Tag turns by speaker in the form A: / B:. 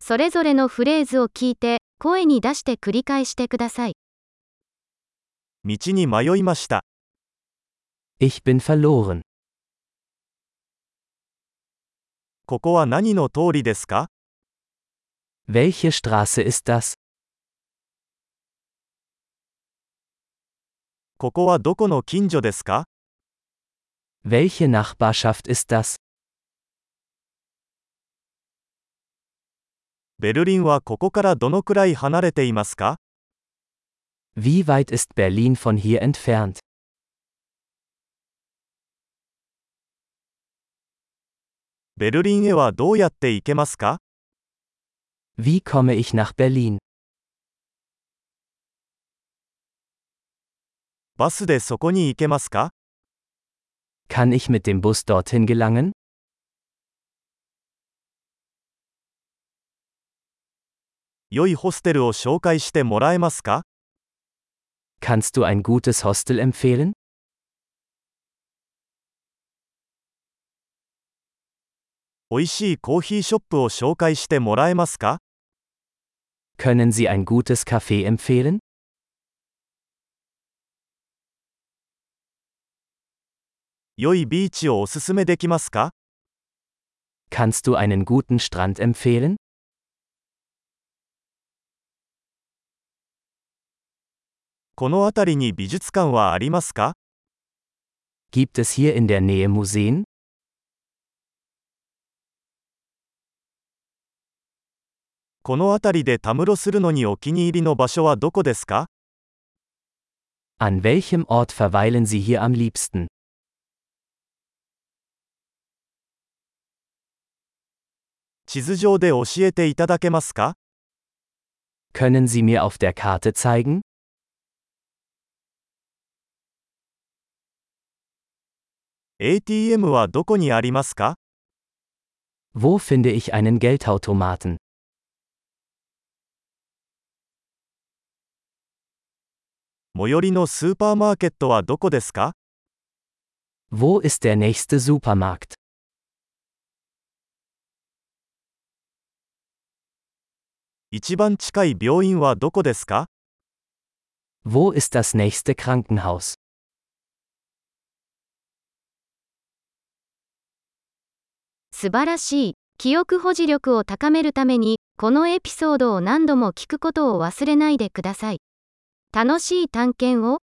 A: それぞれのフレーズを聞いて、声に出して繰り返してください。
B: 道に迷いました。
C: Ich bin verloren.
B: ここは何の通りですか
C: Welche Straße ist das?
B: ここはどこの近所ですか
C: Welche Nachbarschaft ist das?
B: ベルリンはここからどのくらい離れていますか
C: Wie weit ist Berlin von hier entfernt?
B: ベルリンへはどうやって行けますか
C: Wie komme ich nach Berlin?
B: バスでそこに行けますか
C: Kann ich mit dem Bus dorthin gelangen?
B: 良いホステルを紹介してもらえますか
C: Kannst du ein gutes Hostel empfehlen?
B: 美味しいコーヒーショップを紹介してもらえますか
C: Können Sie ein gutes Café empfehlen?
B: 良いビーチをおすすめできますか
C: Kannst du einen guten Strand empfehlen?
B: この辺りに美術館はありますか
C: Gibt es hier in der Nähe Museen?
B: この辺りでたむろするのにお気に入りの場所はどこですか
C: An welchem Ort verweilen Sie hier am liebsten?
B: 地図上で教えていただけますか
C: Können Sie mir auf der Karte zeigen?
B: ？ATM はどこにありますか
C: Wo finde ich einen Geldautomaten?
B: 最寄りのスーパーマーケットはどこですか
C: Wo ist der nächste Supermarkt?
B: 一番近い病院はどこですか
C: Wo ist das nächste Krankenhaus?
A: 素晴らしい。記憶保持力を高めるために、このエピソードを何度も聞くことを忘れないでください。楽しい探検を。